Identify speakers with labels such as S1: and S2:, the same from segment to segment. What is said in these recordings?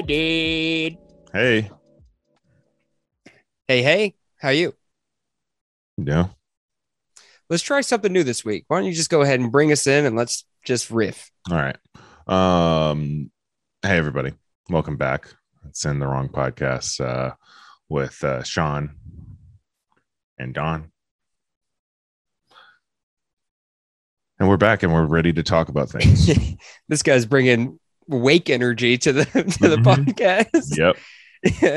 S1: dude.
S2: Hey.
S3: Hey, hey, how you?
S2: Yeah.
S3: Let's try something new this week. Why don't you just go ahead and bring us in and let's just riff?
S2: All right. Um hey everybody. Welcome back. It's in the wrong podcast uh with uh Sean and Don. And we're back and we're ready to talk about things.
S3: this guy's bringing wake energy to the to the
S2: yep.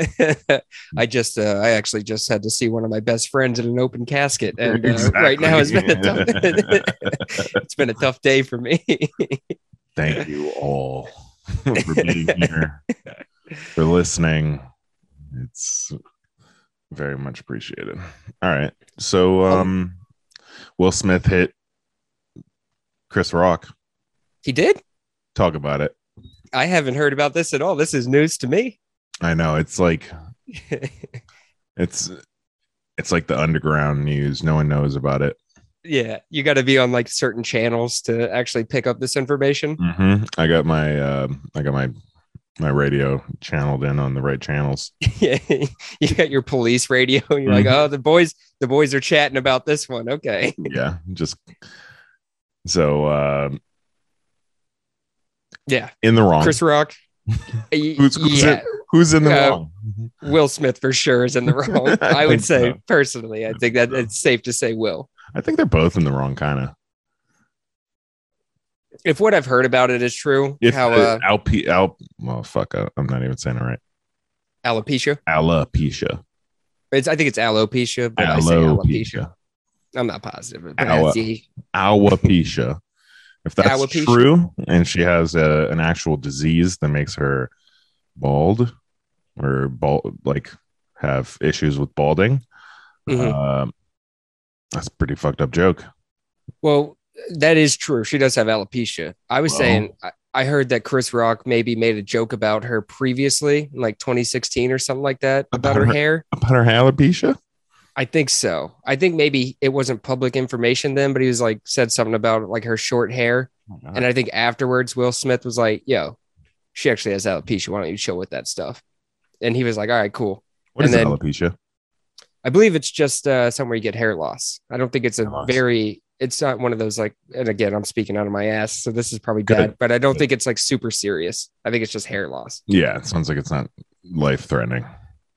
S3: podcast. I just, uh, I actually just had to see one of my best friends in an open casket, and uh,
S2: Exactly.
S3: right now it's been a tough, it's been a tough day for me.
S2: Thank you all for being here. For listening. It's very much appreciated. All right. So um Will Smith hit Chris Rock.
S3: he did.
S2: Talk about it.
S3: I haven't heard about this at all. This is news to me.
S2: I know it's like it's it's like the underground news. No one knows about it.
S3: yeah, you got to be on like certain channels to actually pick up this information.
S2: Mm-hmm. I got my um I got my my radio channeled in on the right channels.
S3: Yeah, you got your police radio. And you're like,
S2: Mhm.
S3: oh, the boys, the boys are chatting about this one. Okay,
S2: yeah, just so um
S3: yeah,
S2: in the wrong.
S3: Chris Rock.
S2: who's, who's
S3: yeah,
S2: in, who's in the
S3: Uh,
S2: wrong?
S3: Will Smith for sure is in the wrong.
S2: I
S3: I
S2: think
S3: would say
S2: so.
S3: personally, I think that it's safe to say Will.
S2: I think they're both in the wrong kind of.
S3: If what I've heard about it is true,
S2: If
S3: how
S2: uh,
S3: uh,
S2: Alpe, Al, well, fuck, I, I'm not even saying it right.
S3: alopecia.
S2: Alopecia.
S3: It's I think it's alopecia, but I say alopecia.
S2: Alopecia.
S3: I'm not positive. But
S2: Alo-
S3: that's-
S2: Alopecia. If that's
S3: Alopecia.
S2: true, and she has a, an actual disease that makes her bald or bald, like have issues with balding,
S3: Mhm.
S2: um, that's a pretty fucked up joke.
S3: Well, that is true. She does have alopecia. I was
S2: Well-
S3: saying, I, I heard that Chris Rock maybe made a joke about her previously, in like 2016 or something like that, about,
S2: About
S3: her,
S2: her-
S3: hair.
S2: About her alopecia?
S3: I think so. I think maybe it wasn't public information then, but he was like, said something about like her short hair. And I think afterwards, Will Smith was like, yo, she actually has alopecia. Why don't you chill with that stuff? And he was like, all right, cool.
S2: What is
S3: and then-
S2: alopecia?
S3: I believe it's just uh, somewhere you get hair loss. I don't think it's a
S2: Hair loss.
S3: very. It's not one of those like. And again, I'm speaking out of my ass, so this is probably
S2: Good.
S3: bad. But I don't
S2: Good.
S3: think it's like super serious. I think it's just hair loss.
S2: Yeah, it sounds like it's not life threatening.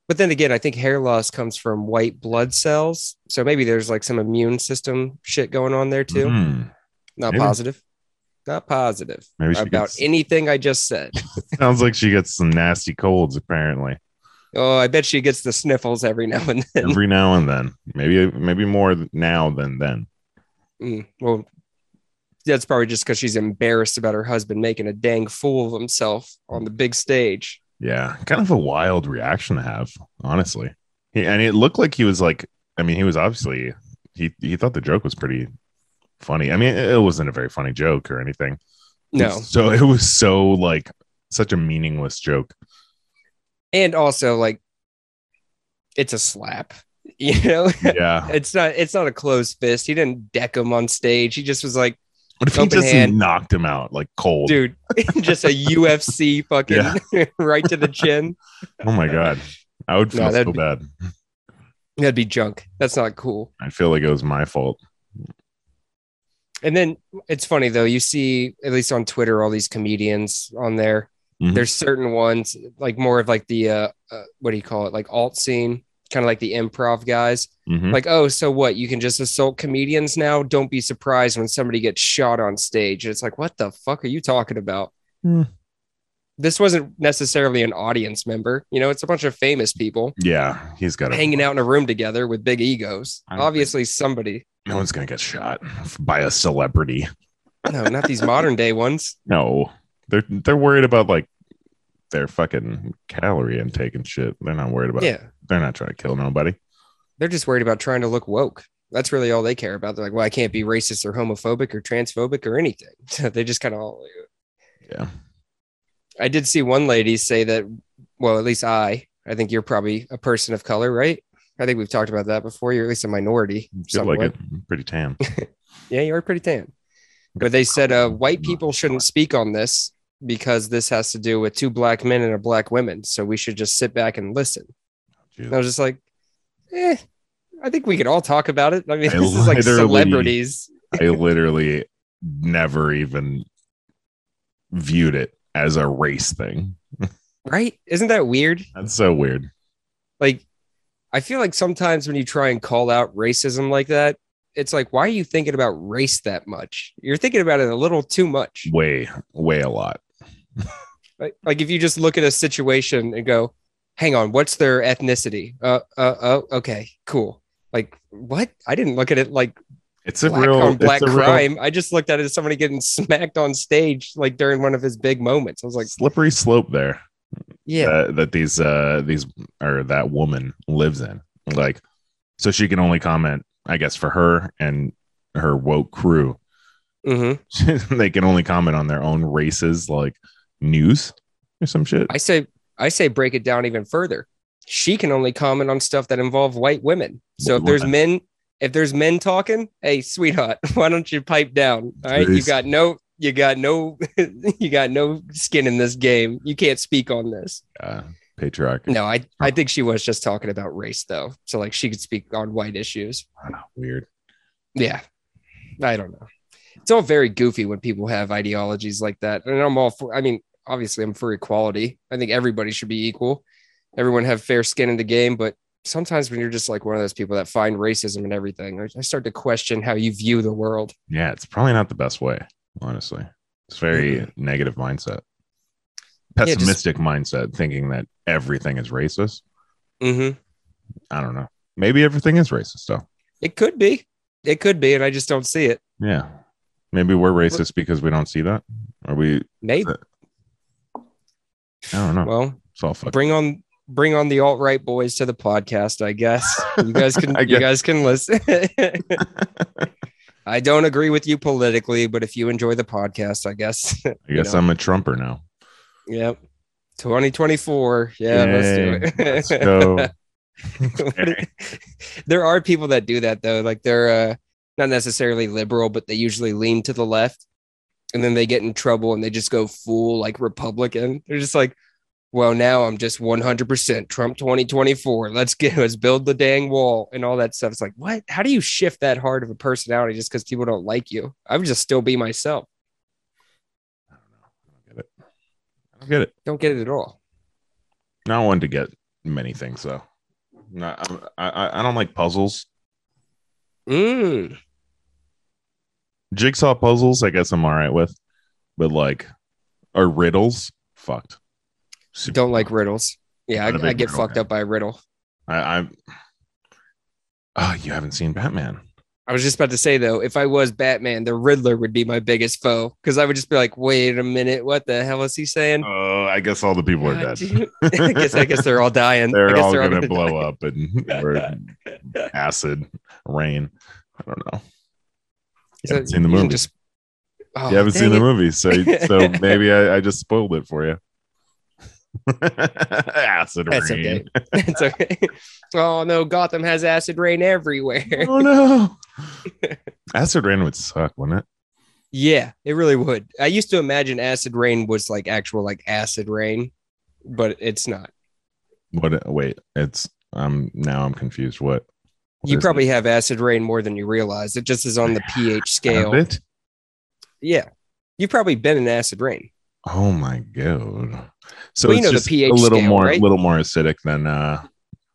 S3: But then again, I think hair loss comes from white blood cells, so maybe there's like some immune system shit going on there too. Not
S2: Mm-hmm. Maybe.
S3: positive. Not positive
S2: Hmm, Maybe she
S3: about
S2: gets-
S3: anything I just said.
S2: Sounds like she gets some nasty colds, apparently.
S3: oh, I bet she gets the sniffles every now and then.
S2: Every now and then. Maybe maybe more th- now than then.
S3: Mm, well, that's probably just because she's embarrassed about her husband making a dang fool of himself on the big stage.
S2: Yeah. Kind of a wild reaction to have, honestly. He, and it looked like he was like I mean, he was obviously he he thought the joke was pretty funny. I mean, it, it wasn't a very funny joke or anything.
S3: No.
S2: So it was so like such a meaningless joke.
S3: And also, like, it's a slap. You know,
S2: Yeah.
S3: it's not it's not a closed fist. He didn't deck him on stage. He just was like,
S2: What if he
S3: Open
S2: just
S3: hand.
S2: knocked him out like cold?
S3: dude, just a UFC fucking right to the chin.
S2: Oh my god. I would
S3: No,
S2: feel
S3: that'd
S2: so
S3: be-
S2: bad.
S3: That'd be junk. That's not cool.
S2: I feel like it was my fault.
S3: And then it's funny though, you see at least on Twitter all these comedians on there.
S2: Mhm.
S3: There's certain ones like more of like the uh, uh what do you call it? Like alt scene, kind of like the improv guys.
S2: Mhm.
S3: Like, oh, so what? You can just assault comedians now? Don't be surprised when somebody gets shot on stage. And it's like, what the fuck are you talking about?
S2: Hmm.
S3: This wasn't necessarily an audience member. You know, it's a bunch of famous people
S2: Yeah, he's got a,
S3: hanging out in a room together with big egos.
S2: I don't think-
S3: Obviously, somebody.
S2: No one's gonna get shot by a celebrity.
S3: No, not these modern day ones.
S2: No, they're they're worried about like their fucking calorie intake and shit. They're not worried about.
S3: yeah.
S2: they're not trying to kill nobody.
S3: they're just worried about trying to look woke. That's really all they care about. They're like, well, I can't be racist or homophobic or transphobic or anything. they just kind of all.
S2: Yeah.
S3: I did see one lady say that. Well, at least I. I think you're probably a person of color, right? I think we've talked about that before. You're at least a minority.
S2: Feel like
S3: somewhat.
S2: it. Pretty tan.
S3: Yeah, you are pretty tan. But they said uh, white people shouldn't speak on this because this has to do with two black men and a black woman. So we should just sit back and listen. And I was just like, eh, I think we could all talk about it. I mean,
S2: I
S3: this is like
S2: literally-
S3: celebrities.
S2: I literally never even viewed it as a race thing.
S3: Right? Isn't that weird?
S2: That's so weird.
S3: Like, I feel like sometimes when you try and call out racism like that, it's like, why are you thinking about race that much? You're thinking about it a little too much.
S2: Way, way a lot.
S3: Like, like if you just look at a situation and go, hang on, what's their ethnicity? Uh, uh, oh, okay, cool. Like, what? I didn't look at it like
S2: It's a
S3: black
S2: real
S3: on black
S2: it's a real
S3: crime. I just looked at it as somebody getting smacked on stage, like during one of his big moments. I was like,
S2: slippery slope there
S3: yeah,
S2: that, that these uh these or that woman lives in. Like so she can only comment, I guess, for her and her woke crew.
S3: mhm.
S2: they can only comment on their own races like news or some shit.
S3: I say, I say, break it down even further. She can only comment on stuff that involve white women. So if there's men, if there's men talking, hey, sweetheart, why don't you pipe down? All right, you
S2: Jeez.
S3: got no, you got no, you got no skin in this game. You can't speak on this.
S2: Uh, patriarchy.
S3: No, I, I think she was just talking about race though. So like she could speak on white issues.
S2: I know, weird.
S3: Yeah. I don't know. It's all very goofy when people have ideologies like that. And I'm all for, I mean, obviously, I'm for equality. I think everybody should be equal. Everyone have fair skin in the game. But sometimes when you're just like one of those people that find racism and everything, I- I start to question how you view the world.
S2: Yeah, it's probably not the best way, honestly. It's very negative mindset.
S3: Mm-hmm. just-
S2: Pessimistic mindset, thinking that everything is racist.
S3: Mm-hmm.
S2: I don't know. Maybe everything is racist though.
S3: It could be. It could be. And I just don't see it.
S2: Yeah. Maybe we're racist because we don't see that. Or we
S3: Maybe.
S2: I don't know.
S3: Well,
S2: it's all fucked.
S3: bring on. Bring on the alt right boys to the podcast, I guess. You guys can
S2: I
S3: you guys can listen. I don't agree with you politically, but if you enjoy the podcast, I guess.
S2: I guess
S3: know.
S2: I'm a Trumper now.
S3: yep. 2024. Yeah, let's do it.
S2: So
S3: What is- there are people that do that though. Like they're uh, not necessarily liberal, but they usually lean to the left, and then they get in trouble and they just go full like Republican. They're just like, well, now I'm just 100% Trump 2024. Let's get let's build the dang wall and all that stuff. It's like, what? How do you shift that hard of a personality just because people don't like you? I would just still be myself.
S2: I don't know. I don't get it. I don't get it.
S3: Don't get it at all.
S2: Not one to get many things though. Not, I'm- I, I I don't like puzzles.
S3: Mm.
S2: Jigsaw puzzles, I guess I'm all right with, but like, or riddles, fucked. Super
S3: Don't like
S2: fucked.
S3: riddles. Yeah, I,
S2: Not a big
S3: I get
S2: riddle
S3: fucked
S2: guy.
S3: up by a riddle.
S2: I, I'm. Oh, you haven't seen Batman.
S3: I was just about to say though, if I was Batman, the Riddler would be my biggest foe because I would just be like, "Wait a minute, what the hell is he saying?"
S2: Oh, I guess all the people are
S3: God,
S2: dead.
S3: dude. I guess I guess they're all dying. I
S2: They're
S3: guess
S2: all
S3: they're
S2: gonna
S3: die.
S2: blow up and or acid rain. I don't know. You
S3: So
S2: haven't seen the
S3: you can
S2: movie.
S3: just- Oh,
S2: you haven't seen
S3: dang
S2: the
S3: it.
S2: movie, so so maybe I, I just spoiled it for you. acid
S3: That's
S2: rain.
S3: okay. That's okay. Oh no, Gotham has acid rain everywhere.
S2: Oh no. acid rain would suck, wouldn't it?
S3: yeah, it really would. I used to imagine acid rain was like actual like acid rain, but it's not.
S2: What? Wait, it's um. Now I'm confused. What? what
S3: You
S2: is
S3: probably have acid rain more than you realize. It just is on the pH
S2: it? Have
S3: scale.
S2: it?
S3: Yeah. You've probably been in acid rain.
S2: Oh my god. So
S3: Well, you
S2: it's
S3: know the
S2: just
S3: pH
S2: a little
S3: scale,
S2: more,
S3: right?
S2: little more acidic than uh,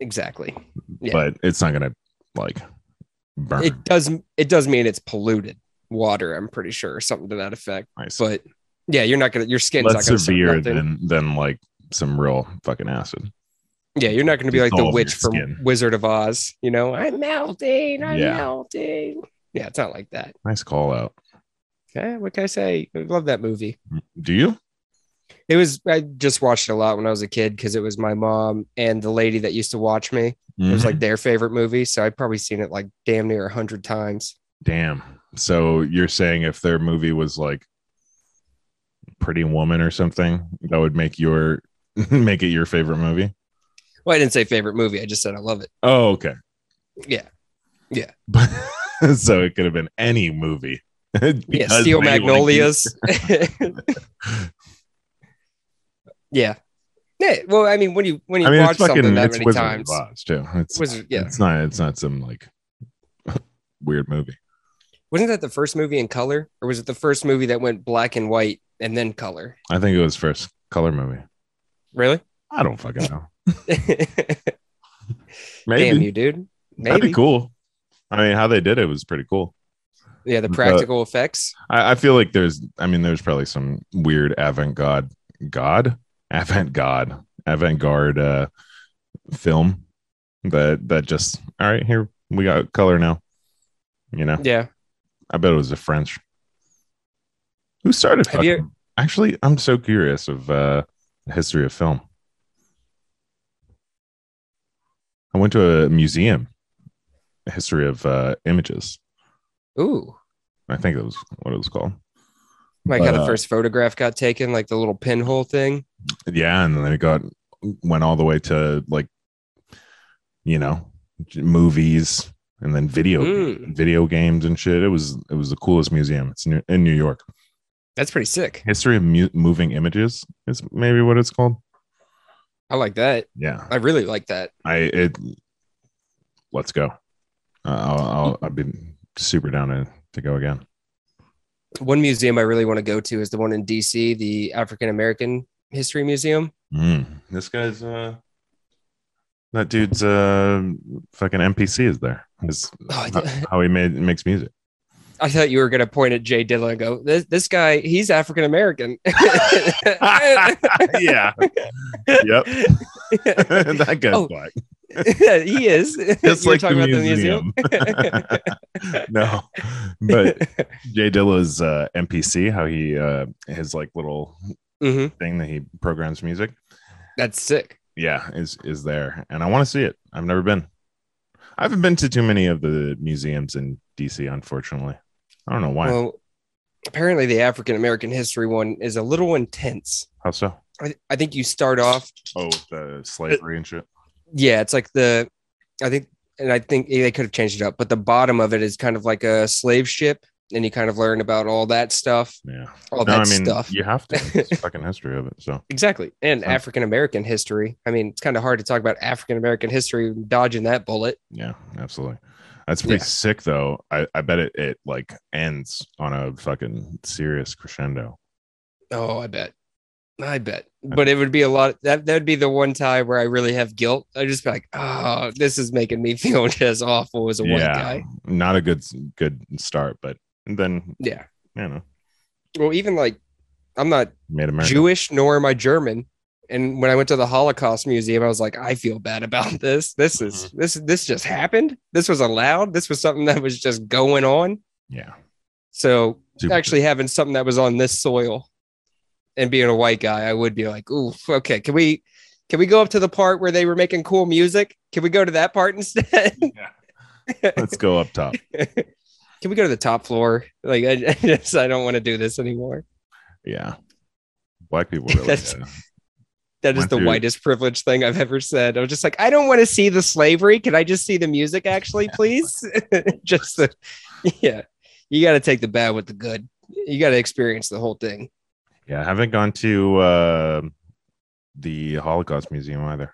S3: Exactly. Yeah.
S2: but it's not gonna like burn.
S3: It does it does mean it's polluted water, I'm pretty sure, or something to that effect.
S2: nice.
S3: But yeah, you're not gonna your skin's
S2: Less
S3: not gonna suck
S2: severe
S3: nothing.
S2: than than like some real fucking acid.
S3: Yeah, you're not gonna be like the
S2: dissolve your
S3: witch from
S2: skin.
S3: Wizard of Oz, you know. I'm melting, I'm
S2: Yeah.
S3: melting. Yeah, it's not like that.
S2: Nice call out.
S3: Okay, what can I say? I love that movie.
S2: Do you?
S3: It was I just watched it a lot when I was a kid because it was my mom and the lady that used to watch me. It was
S2: Mhm.
S3: like their favorite movie. So I've probably seen it like damn near a hundred times.
S2: Damn. So you're saying if their movie was like Pretty Woman or something, that would make your make it your favorite movie?
S3: Well, I didn't say favorite movie, I just said I love it.
S2: Oh, okay.
S3: Yeah. Yeah.
S2: But so it could have been any movie.
S3: Yeah,
S2: Because
S3: Steel
S2: they like
S3: Magnolias. Yeah. Yeah. Well, I mean, when you when you
S2: I mean,
S3: watch
S2: it's fucking
S3: something that
S2: it's
S3: many
S2: Wizard
S3: times,
S2: of Oz too. It's
S3: Wizard- yeah.
S2: it's not it's not some like weird movie.
S3: wasn't that the first movie in color, or was it the first movie that went black and white and then color?
S2: I think it was first color movie.
S3: Really?
S2: I don't fucking know.
S3: Damn
S2: Maybe
S3: you, dude.
S2: that'd
S3: Maybe.
S2: be cool. I mean, how they did it was pretty cool.
S3: Yeah, the
S2: But-
S3: practical effects.
S2: I, I feel like there's, I mean, there's probably some weird avant garde, god, avant garde, avant garde uh, film that that just, all right, here we got color now. You know,
S3: Yeah.
S2: I bet it was the French. Who started?
S3: Have you-
S2: fucking- Actually, I'm so curious of uh, the history of film. I went to a museum, a history of uh, images.
S3: Ooh.
S2: I think that was what it was called.
S3: Like
S2: But,
S3: how the
S2: uh,
S3: first photograph got taken, like the little pinhole thing.
S2: Yeah, and then it got went all the way to like, you know, j- movies and then video
S3: Mm.
S2: video games and shit. It was it was the coolest museum. It's in, in New York.
S3: That's pretty sick.
S2: History of mu- moving images is maybe what it's called.
S3: I like that.
S2: Yeah,
S3: I really like that.
S2: I it. Let's go. Uh, I'll, I'll I've been super down to, to go again.
S3: One museum I really want to go to is the one in DC, the African American History Museum.
S2: Mm. This guy's uh, that dude's uh, fucking NPC is there. Is
S3: Oh,
S2: how, how he made makes music.
S3: I thought you were going to point at Jay Dilla and go, this, this guy, he's African American.
S2: yeah. Yep. that guy's
S3: Oh,
S2: black.
S3: he is.
S2: It's
S3: You were
S2: like the museum. no, but Jay Dilla's uh, MPC, how he uh, his like little
S3: Mhm.
S2: thing that he programs music.
S3: That's sick.
S2: Yeah, is is there, and I want to see it. I've never been. I haven't been to too many of the museums in DC, unfortunately. I don't know why.
S3: Well, apparently the African American history one is a little intense.
S2: how so?
S3: I, I think you start off
S2: Oh, the slavery and shit.
S3: yeah, it's like the I think and I think they could have changed it up, but the bottom of it is kind of like a slave ship, and you kind of learn about all that stuff,
S2: Yeah.
S3: all
S2: no,
S3: that
S2: I mean
S3: stuff.
S2: you have to. It's fucking history of it. So
S3: Exactly. And
S2: Sounds-
S3: African American history. I mean, it's kind of hard to talk about African American history dodging that bullet.
S2: Yeah, absolutely. That's pretty
S3: Yeah.
S2: sick though. I, I bet it, it like ends on a fucking serious crescendo.
S3: Oh, I bet. I bet. But it would be a lot that that would be the one time where I really have guilt. I'd just be like, oh, this is making me feel as awful as a white guy.
S2: Not a good good start, but then
S3: Yeah.
S2: you know,
S3: Well, even like I'm not
S2: made America.
S3: Jewish nor am I German. And when I went to the Holocaust Museum, I was like, I feel bad about this. This is this this just happened. This was allowed. This was something that was just going on.
S2: yeah.
S3: So
S2: Super-
S3: actually having something that was on this soil and being a white guy, I would be like, ooh, okay, can we can we go up to the part where they were making cool music? Can we go to that part instead?
S2: Yeah. Let's go up top.
S3: can we go to the top floor? Like I, I just I don't want to do this anymore.
S2: Yeah. Black people really
S3: That's-
S2: yeah.
S3: That is
S2: Went
S3: the
S2: through-
S3: whitest privilege thing I've ever said. I was just like, I don't want to see the slavery. Can I just see the music actually, please? just the, yeah. You gotta take the bad with the good. You gotta experience the whole thing.
S2: yeah, I haven't gone to uh, the Holocaust Museum either.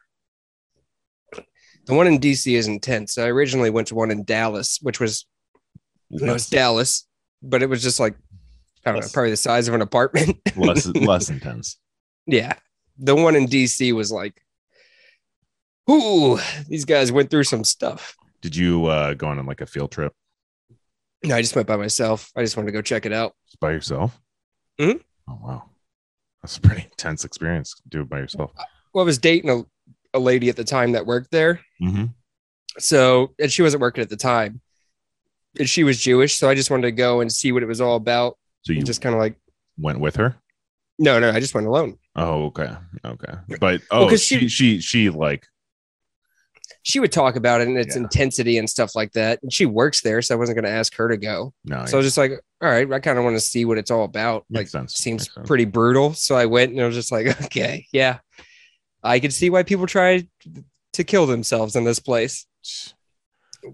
S3: The one in DC is intense. I originally went to one in Dallas, which was it was Dallas, but it was just like I don't know,
S2: Yes.
S3: probably the size of an apartment.
S2: less less intense.
S3: yeah, the one in DC was like, ooh, these guys went through some stuff.
S2: Did you uh, go on like a field trip
S3: No, I just went by myself. I just wanted to go check it out.
S2: Just by yourself?
S3: Mhm.
S2: Oh wow, that's a pretty intense experience. to Do it by yourself.
S3: Well, I was dating a, a lady at the time that worked there,
S2: Mm-hmm.
S3: so and she wasn't working at the time, and she was Jewish, so I just wanted to go and see what it was all about.
S2: So you
S3: And just kind of like,
S2: went with her?
S3: no, no, I just went alone.
S2: Oh, okay, okay. But oh,
S3: 'cause
S2: she, she
S3: she-
S2: she like
S3: she would talk about it and its
S2: Yeah.
S3: intensity and stuff like that. And she works there, so I wasn't going to ask her to go.
S2: no.
S3: So I was just like, all right, I kind of want to see what it's all about.
S2: makes
S3: Like,
S2: sense.
S3: seems
S2: Makes sense.
S3: pretty brutal. So I went and I was just like, okay, yeah, I can see why people try to kill themselves in this place.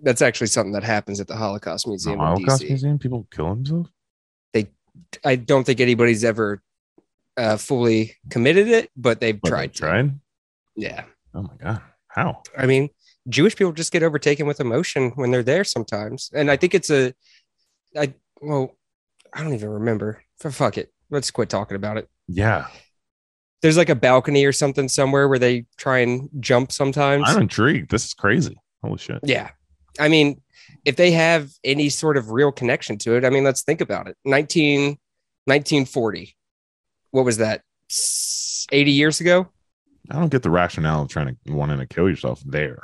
S3: That's actually something that happens at the Holocaust
S2: The
S3: Museum in
S2: Holocaust
S3: DC.
S2: Museum. People kill themselves.
S3: I don't think anybody's ever uh, fully committed it, but they've
S2: What, they
S3: tried. to.
S2: tried.
S3: Yeah.
S2: Oh my god, how?
S3: I mean, Jewish people just get overtaken with emotion when they're there sometimes. And I think it's a, I, well, I don't even remember. F- Fuck it. Let's quit talking about it.
S2: Yeah,
S3: There's like a balcony or something somewhere where they try and jump sometimes.
S2: I'm intrigued. This is crazy. Holy shit.
S3: Yeah. I mean, if they have any sort of real connection to it, I mean, let's think about it. 19, 1940. What was that? S- 80 years ago?
S2: I don't get the rationale of trying to wanting to kill yourself there.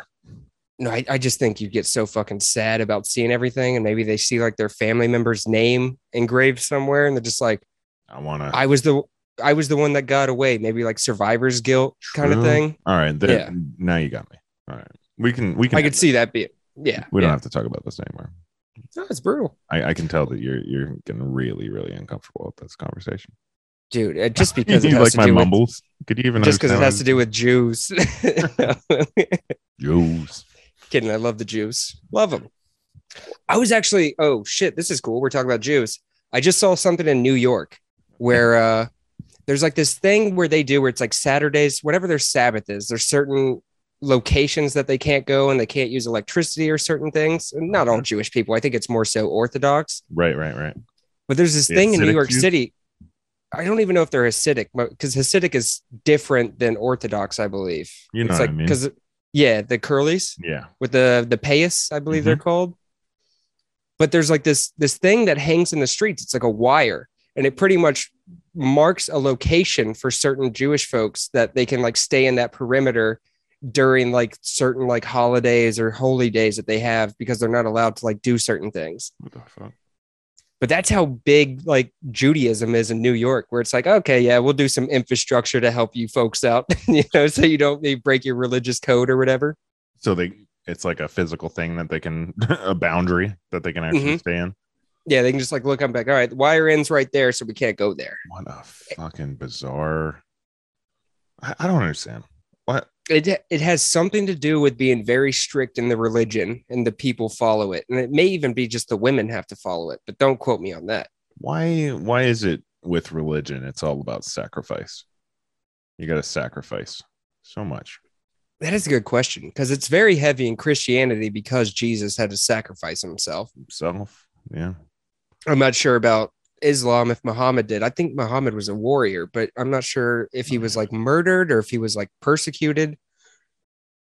S3: No, I, I just think you get so fucking sad about seeing everything. And maybe they see like their family member's name engraved somewhere and they're just like,
S2: I want to.
S3: I was the. I was the one that got away, maybe like survivor's guilt kind
S2: True.
S3: of thing.
S2: All right, there,
S3: Yeah.
S2: now you got me. All right, we can we can.
S3: I could see that being, yeah.
S2: We don't
S3: yeah.
S2: have to talk about this anymore.
S3: No, it's brutal,
S2: I, I can tell that you're you're getting really really uncomfortable with this conversation.
S3: dude. uh, Just because it
S2: you
S3: has
S2: like
S3: to
S2: my
S3: do with-
S2: mumbles? Could you even
S3: just because it has to
S2: understand
S3: do with Jews.
S2: what I'm- Jews?
S3: Kidding. I love the Jews. Love them. I was actually, oh shit, this is cool. We're talking about Jews. I just saw something in New York where uh, there's like this thing where they do where it's like Saturdays, whatever their Sabbath is, there's certain locations that they can't go and they can't use electricity or certain things. And not all
S2: Uh-huh.
S3: Jewish people. I think it's more so Orthodox.
S2: Right, right, right.
S3: But there's this
S2: The
S3: thing in New
S2: Hasidic
S3: York
S2: Jews?
S3: City. I don't even know if they're Hasidic because Hasidic is different than Orthodox, I believe.
S2: You know
S3: it's
S2: what I
S3: like,
S2: mean.
S3: Because, yeah, the curlies
S2: Yeah,
S3: with the the payas, I believe they're
S2: Mm-hmm.
S3: called. But there's like this this thing that hangs in the streets. It's like a wire, and it pretty much marks a location for certain Jewish folks that they can like stay in that perimeter during like certain like holidays or holy days that they have because they're not allowed to like do certain things.
S2: what the fuck?
S3: But that's how big like Judaism is in New York, where it's like, okay, yeah, we'll do some infrastructure to help you folks out, you know, so you don't you break your religious code or whatever.
S2: So they, it's like a physical thing that they can a boundary that they can actually
S3: Mhm.
S2: stay in.
S3: Yeah, they can just like look up back. All right, the wire ends right there, so we can't go there.
S2: What a fucking bizarre. I, I don't understand. What?
S3: It it has something to do with being very strict in the religion and the people follow it. And it may even be just the women have to follow it, but don't quote me on that.
S2: Why? Why is it with religion? It's all about sacrifice. You got to sacrifice so much.
S3: That is a good question because it's very heavy in Christianity because Jesus had to sacrifice himself.
S2: Self. Yeah.
S3: I'm not sure about Islam if Muhammad did. I think Muhammad was a warrior, but I'm not sure if he was like murdered or if he was like persecuted.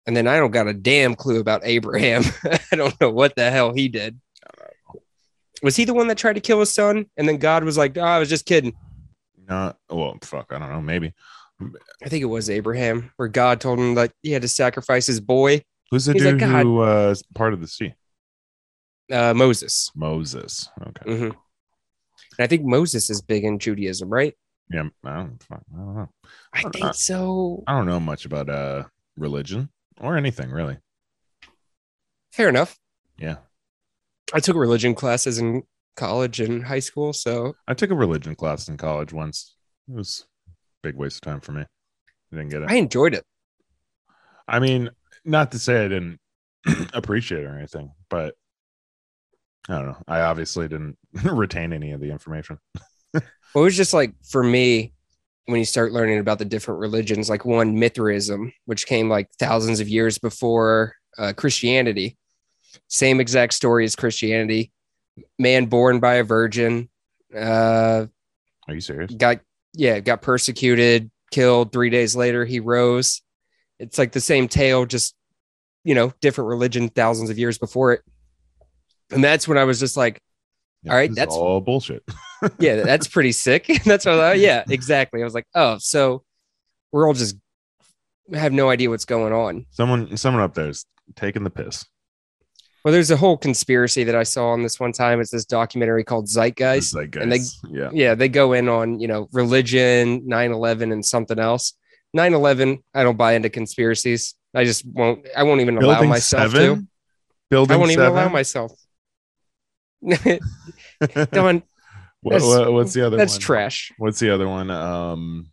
S3: And then I don't got a damn clue about Abraham. I don't know what the hell he did. Was he the one that tried to kill his son? And then God was like, oh, I was just kidding.
S2: Not. Well, fuck. I don't know. Maybe.
S3: I think it was Abraham, where God told him that he had to sacrifice his boy,
S2: Who's the
S3: He's like,
S2: dude
S3: "God."
S2: who uh, is part of the sea?
S3: uh, Moses.
S2: Moses. Okay.
S3: Mhm. And I think Moses is big in Judaism, right?
S2: Yeah. I don't, fuck, I don't know.
S3: I think so.
S2: I don't know much about uh religion or anything really.
S3: Fair enough.
S2: Yeah.
S3: I took religion classes in college and high school, so
S2: I took a religion class in college once. It was a big waste of time for me. I didn't get it.
S3: I enjoyed it.
S2: I mean, not to say I didn't appreciate it or anything, but I don't know. I obviously didn't retain any of the information.
S3: It was just like for me when you start learning about the different religions, like one Mithraism, which came like thousands of years before uh, Christianity. Same exact story as Christianity. Man born by a virgin, uh,
S2: Are you serious?
S3: got yeah, got persecuted, killed. Three days later, he rose. It's like the same tale, just you know, different religion thousands of years before it. And that's when I was just like, All right,
S2: This is
S3: that's-
S2: all bullshit.
S3: yeah, that's pretty sick. that's what I thought. Yeah, exactly. I was like, oh, so we're all just have no idea what's going on.
S2: Someone someone up there is taking the piss.
S3: Well, there's a whole conspiracy that I saw on this one time. It's this documentary called
S2: It's
S3: Zeitgeist.
S2: like,
S3: and they-
S2: guys, yeah.
S3: Yeah, they go in on, you know, religion, 9-11 and something else. 9-11, I don't buy into conspiracies. I just won't I won't even allow
S2: Building
S3: myself
S2: seven?
S3: to. I
S2: Building
S3: won't even
S2: seven.
S3: allow myself. Don,
S2: what, what- what's the other
S3: that's
S2: one?
S3: trash.
S2: What's the other one? Um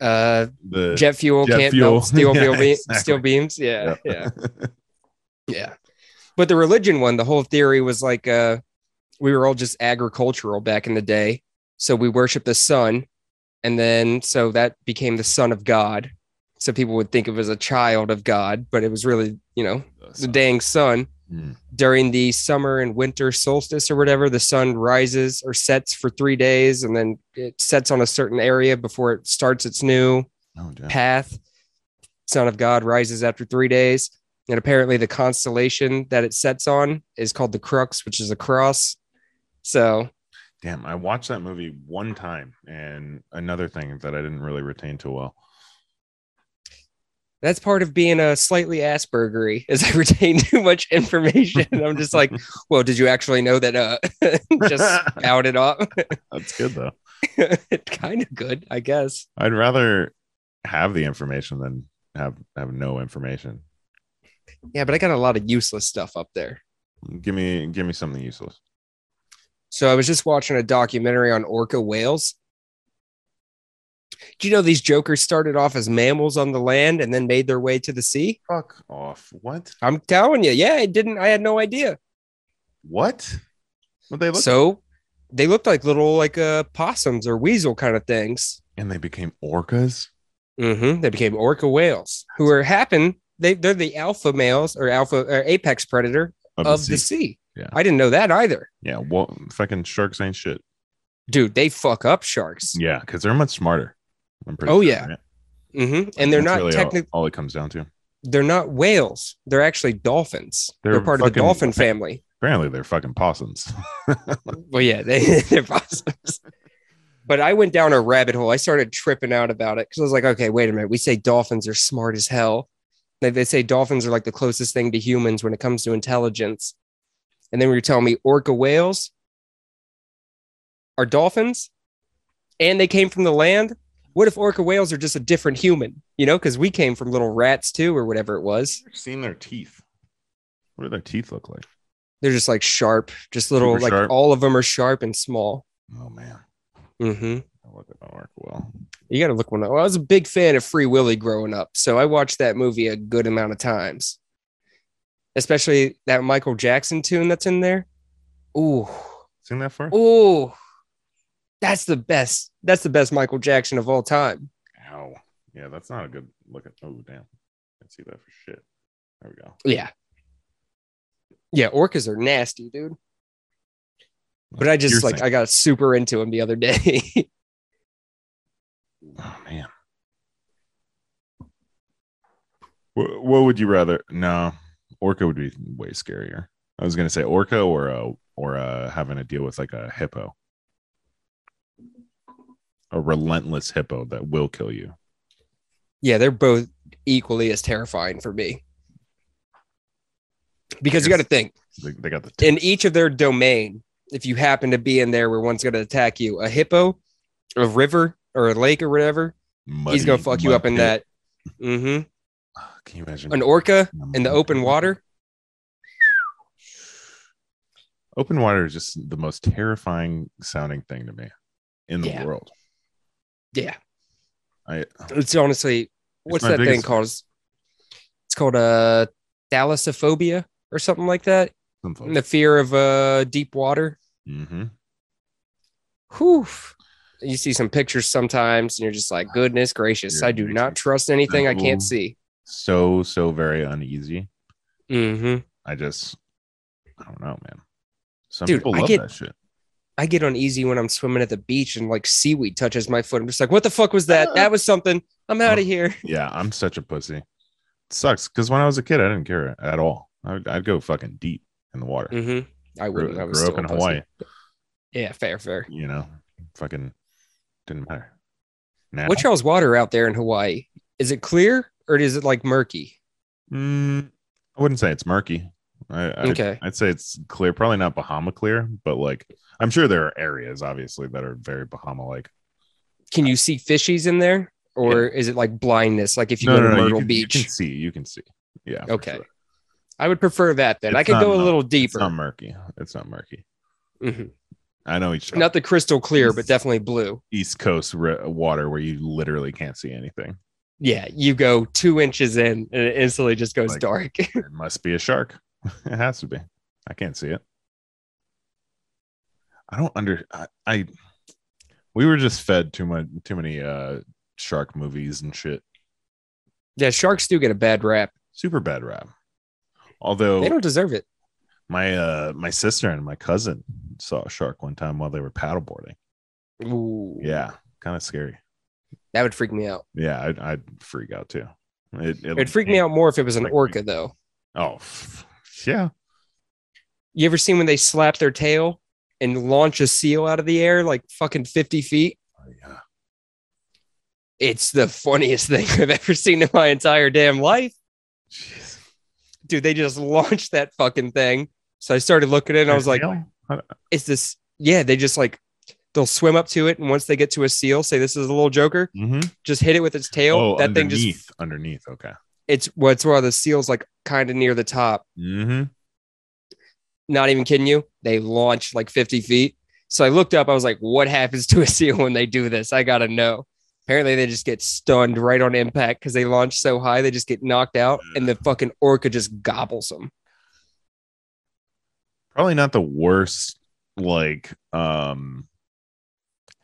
S3: Uh
S2: the
S3: jet fuel
S2: Jet
S3: can't
S2: fuel.
S3: melt steel,
S2: Yeah,
S3: fuel be-
S2: exactly.
S3: steel beams. Yeah, yeah, yeah, But the religion one, the whole theory was like uh, we were all just agricultural back in the day, so we worship the sun, And then so that became the son of God. So people would think of it as a child of God, but it was really, you know, the dang sun.
S2: Mm.
S3: During the summer and winter solstice or whatever, the sun rises or sets for three days and then it sets on a certain area before it starts its new
S2: Oh, damn.
S3: path. Son of God rises after three days. And apparently, the constellation that it sets on is called the Crux, which is a cross. So,
S2: Damn, I watched that movie one time, and another thing that I didn't really retain too well.
S3: That's part of being a slightly Aspergery, is I retain too much information. I'm just like, well, did you actually know that? Uh, just spout it off.
S2: That's good though.
S3: it's kind of good, I guess.
S2: I'd rather have the information than have have no information.
S3: Yeah, but I got a lot of useless stuff up there.
S2: Give me give me something useless.
S3: So I was just watching a documentary on orca whales. Do you know these jokers started off as mammals on the land and then made their way to the sea?
S2: Fuck off. What?
S3: I'm telling you, yeah, I didn't. I had no idea.
S2: What? What they look
S3: So they looked like little like uh, possums or weasel kind of things.
S2: and they became orcas.
S3: hmm They became orca whales, who are happen. They they're the alpha males or alpha or apex predator
S2: Of
S3: of
S2: sea.
S3: the sea.
S2: Yeah.
S3: I didn't know that either,
S2: Yeah, well, fucking sharks ain't shit.
S3: dude. They fuck up sharks.
S2: Yeah, because they're much smarter. I'm pretty
S3: Oh,
S2: sure,
S3: yeah.
S2: right?
S3: hmm And they're
S2: That's
S3: not
S2: really all-
S3: technically
S2: all, it comes down to.
S3: they're not whales. They're actually dolphins. They're,
S2: They're
S3: part of the
S2: fucking-
S3: dolphin family.
S2: Apparently, they're fucking possums.
S3: Well, yeah, they they're possums. But I went down a rabbit hole. I started tripping out about it because I was like, okay, wait a minute. We say dolphins are smart as hell. They, they say dolphins are like the closest thing to humans when it comes to intelligence. And then we were telling me orca whales are dolphins and they came from the land. What if orca whales are just a different human, you know, because we came from little rats too, or whatever it was.
S2: Seen their teeth. What do their teeth look like?
S3: They're just like sharp, just little,
S2: Super
S3: like
S2: sharp.
S3: all of them are sharp and small.
S2: Oh man,
S3: hmm
S2: I look at my orca well.
S3: You got to look one up. Well, I was a big fan of Free Willy growing up, so I watched that movie a good amount of times, especially that Michael Jackson tune that's in there. Ooh,
S2: Seen that far?
S3: ooh, that's the best. That's the best Michael Jackson of all time.
S2: Ow. Yeah, that's not a good look at. Oh damn, I see that for shit. There we go.
S3: Yeah, yeah, orcas are nasty, dude. But I just
S2: You're
S3: like
S2: saying-
S3: I got super into him the other day.
S2: oh man. What, what would you rather? No, orca would be way scarier. I was gonna say orca or a, or a, having to deal with like a hippo, a relentless hippo that will kill you.
S3: yeah, they're both equally as terrifying for me. Because you got to think,
S2: They, they got the
S3: in each of their domain, if you happen to be in there where one's going to attack you, a hippo, a river, or a lake or whatever, he's going to fuck you up in that. hmm
S2: Can you imagine
S3: An orca in the open water.
S2: Open water is just the most terrifying sounding thing to me in the
S3: Yeah.
S2: world.
S3: Yeah.
S2: I
S3: It's honestly, what's
S2: my
S3: that thing
S2: biggest-
S3: called? It's called uh, thalassophobia or something like that. The fear of uh, deep water.
S2: mm-hmm.
S3: Whew. You see some pictures sometimes and you're just like, goodness gracious,
S2: Yeah,
S3: I
S2: it
S3: do
S2: makes me
S3: not trust anything I can't
S2: so-
S3: see.
S2: so so very uneasy.
S3: hmm
S2: I just I don't know, man. Some
S3: Dude,
S2: people
S3: I
S2: love
S3: get-
S2: that shit.
S3: I get uneasy when I'm swimming at the beach and like seaweed touches my foot. I'm just like, what the fuck was that? That was something. I'm out of here.
S2: Yeah, I'm such a pussy. It sucks because when I was a kid, I didn't care at all. I'd, I'd go fucking deep in the water.
S3: hmm I
S2: Grew,
S3: wouldn't. I was
S2: grew
S3: still
S2: up in
S3: a pussy.
S2: Hawaii,
S3: Yeah, fair, fair.
S2: you know, fucking didn't matter. Now,
S3: What's y'all's water out there in Hawaii? Is it clear or is it like murky?
S2: Mm, I wouldn't say it's murky. I, I,
S3: Okay.
S2: I'd say it's clear. Probably not Bahama clear, but like I'm sure there are areas, obviously, that are very Bahama like.
S3: Can you see fishies in there or is it like blindness? Like if you go to
S2: you
S3: Myrtle
S2: can-
S3: Beach,
S2: you can see. You can see. Yeah. for
S3: Okay.
S2: sure.
S3: I would prefer that then. I
S2: It's
S3: could
S2: not
S3: go a
S2: murky.
S3: little
S2: It's
S3: deeper.
S2: not murky. It's not murky.
S3: Mhm.
S2: I know each
S3: Not the crystal clear,
S2: It's-
S3: but definitely blue.
S2: East Coast ri- water where you literally can't see anything.
S3: Yeah, you go two inches in and it instantly just goes
S2: Like-
S3: dark.
S2: it must be a shark. it has to be. I can't see it. I don't under. I, I We were just fed too much, too many uh shark movies and shit.
S3: Yeah, sharks do get a bad rap.
S2: Super bad rap. Although
S3: They don't deserve it.
S2: my uh my sister and my cousin saw a shark one time while they were paddleboarding.
S3: Ooh,
S2: Yeah, kind of scary.
S3: that would freak me out.
S2: Yeah, I'd, I'd freak out too. It,
S3: It'd freak me out more if it was an
S2: Like-
S3: orca, though.
S2: Oh, yeah.
S3: You ever seen when they slap their tail and launch a seal out of the air like fucking 50 feet?
S2: Oh, yeah.
S3: It's the funniest thing I've ever seen in my entire damn life.
S2: Jeez.
S3: Dude, they just launched that fucking thing. So I started looking at it and I was like,
S2: Really?
S3: is this yeah they just like they'll swim up to it and once they get to a seal say this is a little joker
S2: Mhm.
S3: just hit it with its tail
S2: oh,
S3: that thing
S2: underneath,
S3: just
S2: underneath. Okay.
S3: it's what's where the seals like kind of near the top
S2: Mm-hmm.
S3: not even kidding you they launch like 50 feet so i looked up i was like what happens to a seal when they do this i gotta know apparently they just get stunned right on impact because they launch so high they just get knocked out and the
S2: Mm.
S3: fucking orca just gobbles them
S2: Probably not the worst like um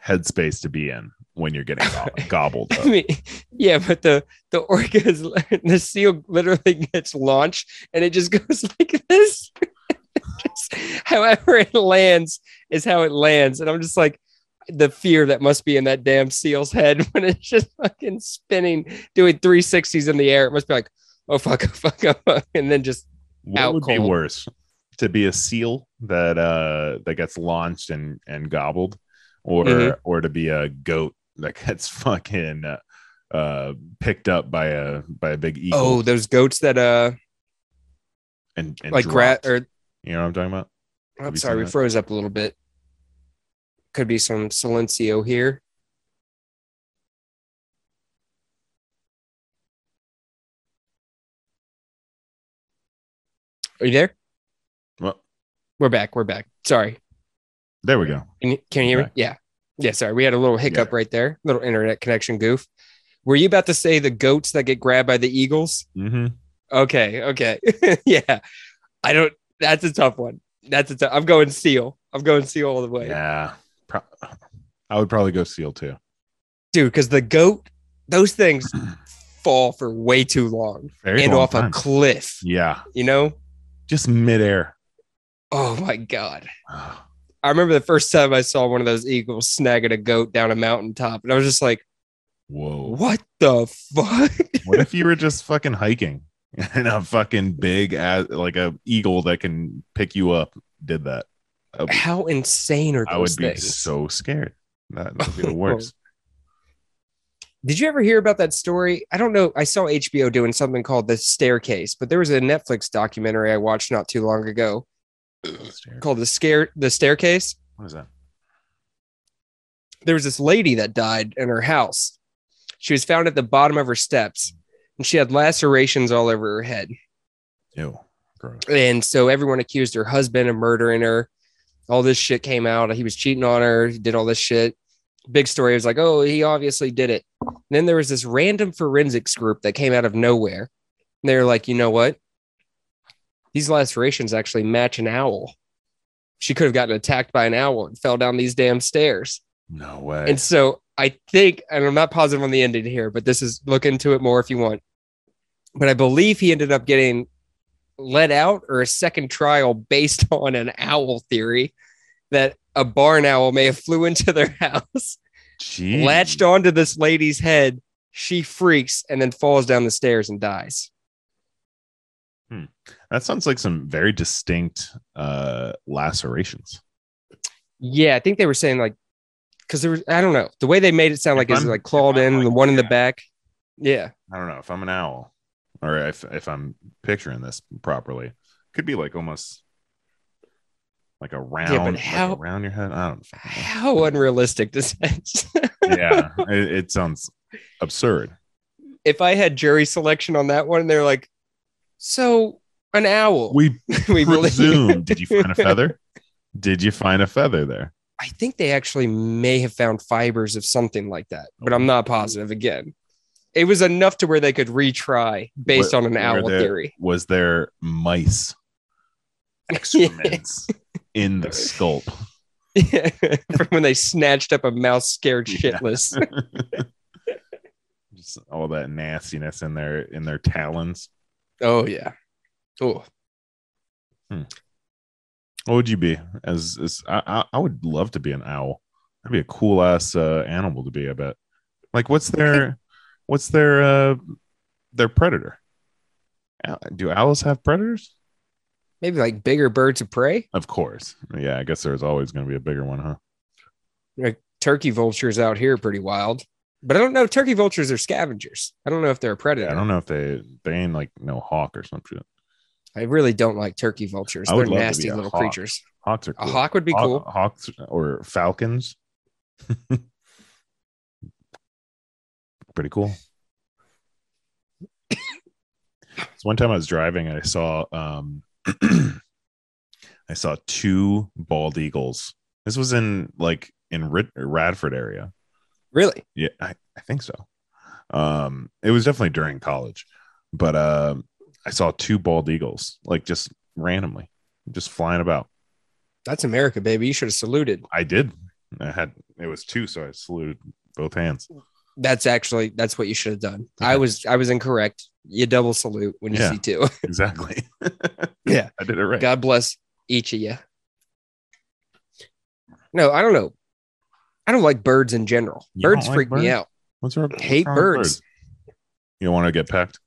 S2: headspace to be in when you're getting gob- gobbled.
S3: I
S2: Up.
S3: mean, yeah, but the the orca is the seal literally gets launched and it just goes like this. just, however it lands is how it lands, and I'm just like the fear that must be in that damn seal's head when it's just fucking spinning, doing 360s in the air. It must be like, oh fuck, oh, fuck, oh, fuck, and then just
S2: what
S3: out
S2: would be
S3: cold.
S2: worse to be a seal that uh that gets launched and and gobbled or
S3: Mhm.
S2: or to be a goat that gets fucking uh, uh picked up by a by a big eagle
S3: oh those goats that uh
S2: and, and
S3: like rat
S2: dropped.
S3: or
S2: you know what i'm talking about Have
S3: I'm
S2: you
S3: sorry,
S2: seen
S3: we
S2: that?
S3: froze up a little bit. Could be some silencio here. Are you there?
S2: well
S3: We're back. We're back. Sorry.
S2: there we go
S3: Can you, can you hear me?
S2: Back.
S3: Yeah. Yeah. Sorry. We had a little hiccup right there. Little internet connection goof. Were you about to say the goats that get grabbed by the eagles?
S2: mm-hmm.
S3: Okay, okay. yeah. I don't that's a tough one. That's a tough I'm going seal. I'm going seal all the way.
S2: yeah Pro- i would probably go seal too
S3: Dude, because the goat, those things fall for way too long
S2: Very
S3: and
S2: long
S3: off
S2: time.
S3: a cliff,
S2: yeah
S3: you know?
S2: just midair
S3: Oh my god. I remember the first time I saw one of those eagles snagging a goat down a mountaintop, and I was just like,
S2: whoa
S3: what the fuck?
S2: what if you were just fucking hiking and a fucking big ass like a eagle that can pick you up did that i would,
S3: How insane are those
S2: I would be
S3: things?
S2: so scared that that would be the worst
S3: Did you ever hear about that story? I don't know. I saw HBO doing something called The Staircase, but there was a Netflix documentary I watched not too long ago Oh.
S2: what
S3: called The Scare The Staircase.
S2: is that
S3: There was this lady that died in her house. She was found at the bottom of her steps and she had lacerations all over her head.
S2: ew gross
S3: And so everyone accused her husband of murdering her. All this shit came out. He was cheating on her. He did all this shit. Big story. It was like, oh, he obviously did it. And then there was this random forensics group that came out of nowhere. And they were like, you know what? These lacerations actually match an owl. She could have gotten attacked by an owl and fell down these damn stairs.
S2: no way
S3: And so I think, and I'm not positive on the ending here, but this is look into it more if you want. But I believe he ended up getting let out or a second trial based on an owl theory that a barn owl may have flew into their house,
S2: Jeez.
S3: latched onto this lady's head. She freaks and then falls down the stairs and dies.
S2: that sounds like some very distinct uh lacerations
S3: Yeah, I think they were saying like, because there was, I don't know, the way they made it sound like
S2: If
S3: it's
S2: I'm-
S3: like clawed
S2: if I'm
S3: in,
S2: like-
S3: the one in the
S2: yeah.
S3: back. Yeah.
S2: i don't know if i'm an owl or if, if i'm picturing this properly could be like almost like a round like
S3: how-
S2: around your head i don't fucking know.
S3: How unrealistic does that
S2: yeah, it, it sounds absurd.
S3: if I had jury selection on that one, they're like, so an owl.
S2: We
S3: We believe-
S2: presume. Did you find a feather? Did you find a feather there?
S3: I think they actually may have found fibers of something like that, but I'm not positive again. It was enough to where they could retry based
S2: What-
S3: on an
S2: were
S3: owl
S2: there-
S3: theory.
S2: Was there mice excrements in the sculpt?
S3: From when they snatched up a mouse scared
S2: Yeah.
S3: shitless.
S2: Just all that nastiness in their in their talons.
S3: Oh yeah. Oh,
S2: What would you be? As, as I, I, I would love to be an owl. That'd be a cool ass uh, animal to be. I bet. Like, what's their, what's their, uh, their predator? Ow- Do owls have predators?
S3: maybe like bigger birds of prey.
S2: Of course. Yeah, I guess there's always going to be a bigger one, huh?
S3: Like turkey vultures out here are pretty wild. But I don't know. Turkey vultures are scavengers. I don't know if they're a predator.
S2: Yeah, I don't know if they they ain't like no hawk or some shit.
S3: I really don't like turkey vultures.
S2: I would
S3: They're
S2: love to
S3: nasty
S2: be a
S3: little
S2: hawk.
S3: creatures.
S2: Hawks are
S3: A
S2: cool.
S3: hawk would be
S2: Haw-
S3: cool.
S2: Hawks or falcons. Pretty cool. so one time I was driving and I saw um I saw two bald eagles. This was in like in Rid- Radford area.
S3: Really?
S2: Yeah, I, I think so. Um, it was definitely during college, but um, I saw two bald eagles like just randomly, just flying about.
S3: That's America, baby. You should have saluted.
S2: I did. I had it was two, so I saluted both hands.
S3: That's actually that's what you should have done. I was I was incorrect. You double salute when you
S2: Yeah.
S3: see two.
S2: Exactly.
S3: Yeah.
S2: I did it right.
S3: God bless each of you. No, I don't know. I don't like birds in general.
S2: You
S3: Birds
S2: don't like
S3: freak me
S2: birds?
S3: out.
S2: What's wrong? what's
S3: Hate
S2: wrong with
S3: birds.
S2: You don't want to get pecked.